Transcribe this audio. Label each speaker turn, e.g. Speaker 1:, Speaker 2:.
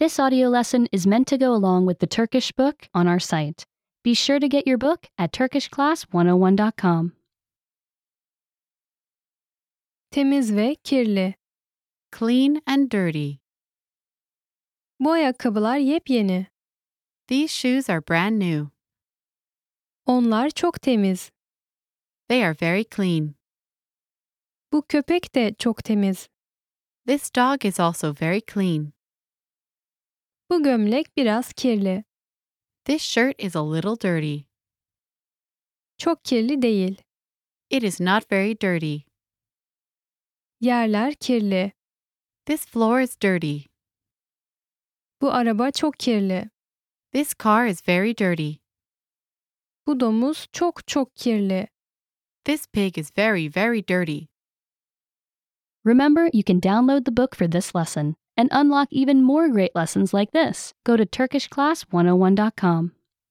Speaker 1: This audio lesson is meant to go along with the Turkish book on our site. Be sure to get your book at turkishclass101.com.
Speaker 2: Temiz ve kirli.
Speaker 3: clean and dirty.
Speaker 2: Bu ayakkabılar yepyeni.
Speaker 3: These shoes are brand new.
Speaker 2: Onlar çok temiz.
Speaker 3: They are very clean.
Speaker 2: Bu köpek de çok temiz.
Speaker 3: This dog is also very clean.
Speaker 2: Bu gömlek biraz kirli.
Speaker 3: This shirt is a little dirty.
Speaker 2: Çok kirli değil.
Speaker 3: It is not very dirty.
Speaker 2: Yerler kirli.
Speaker 3: This floor is dirty.
Speaker 2: Bu araba çok kirli.
Speaker 3: This car is very dirty.
Speaker 2: Bu domuz çok çok kirli.
Speaker 3: This pig is very, very dirty.
Speaker 1: Remember, you can download the book for this oh lesson and unlock even more great lessons like this. Go to turkishclass101.com.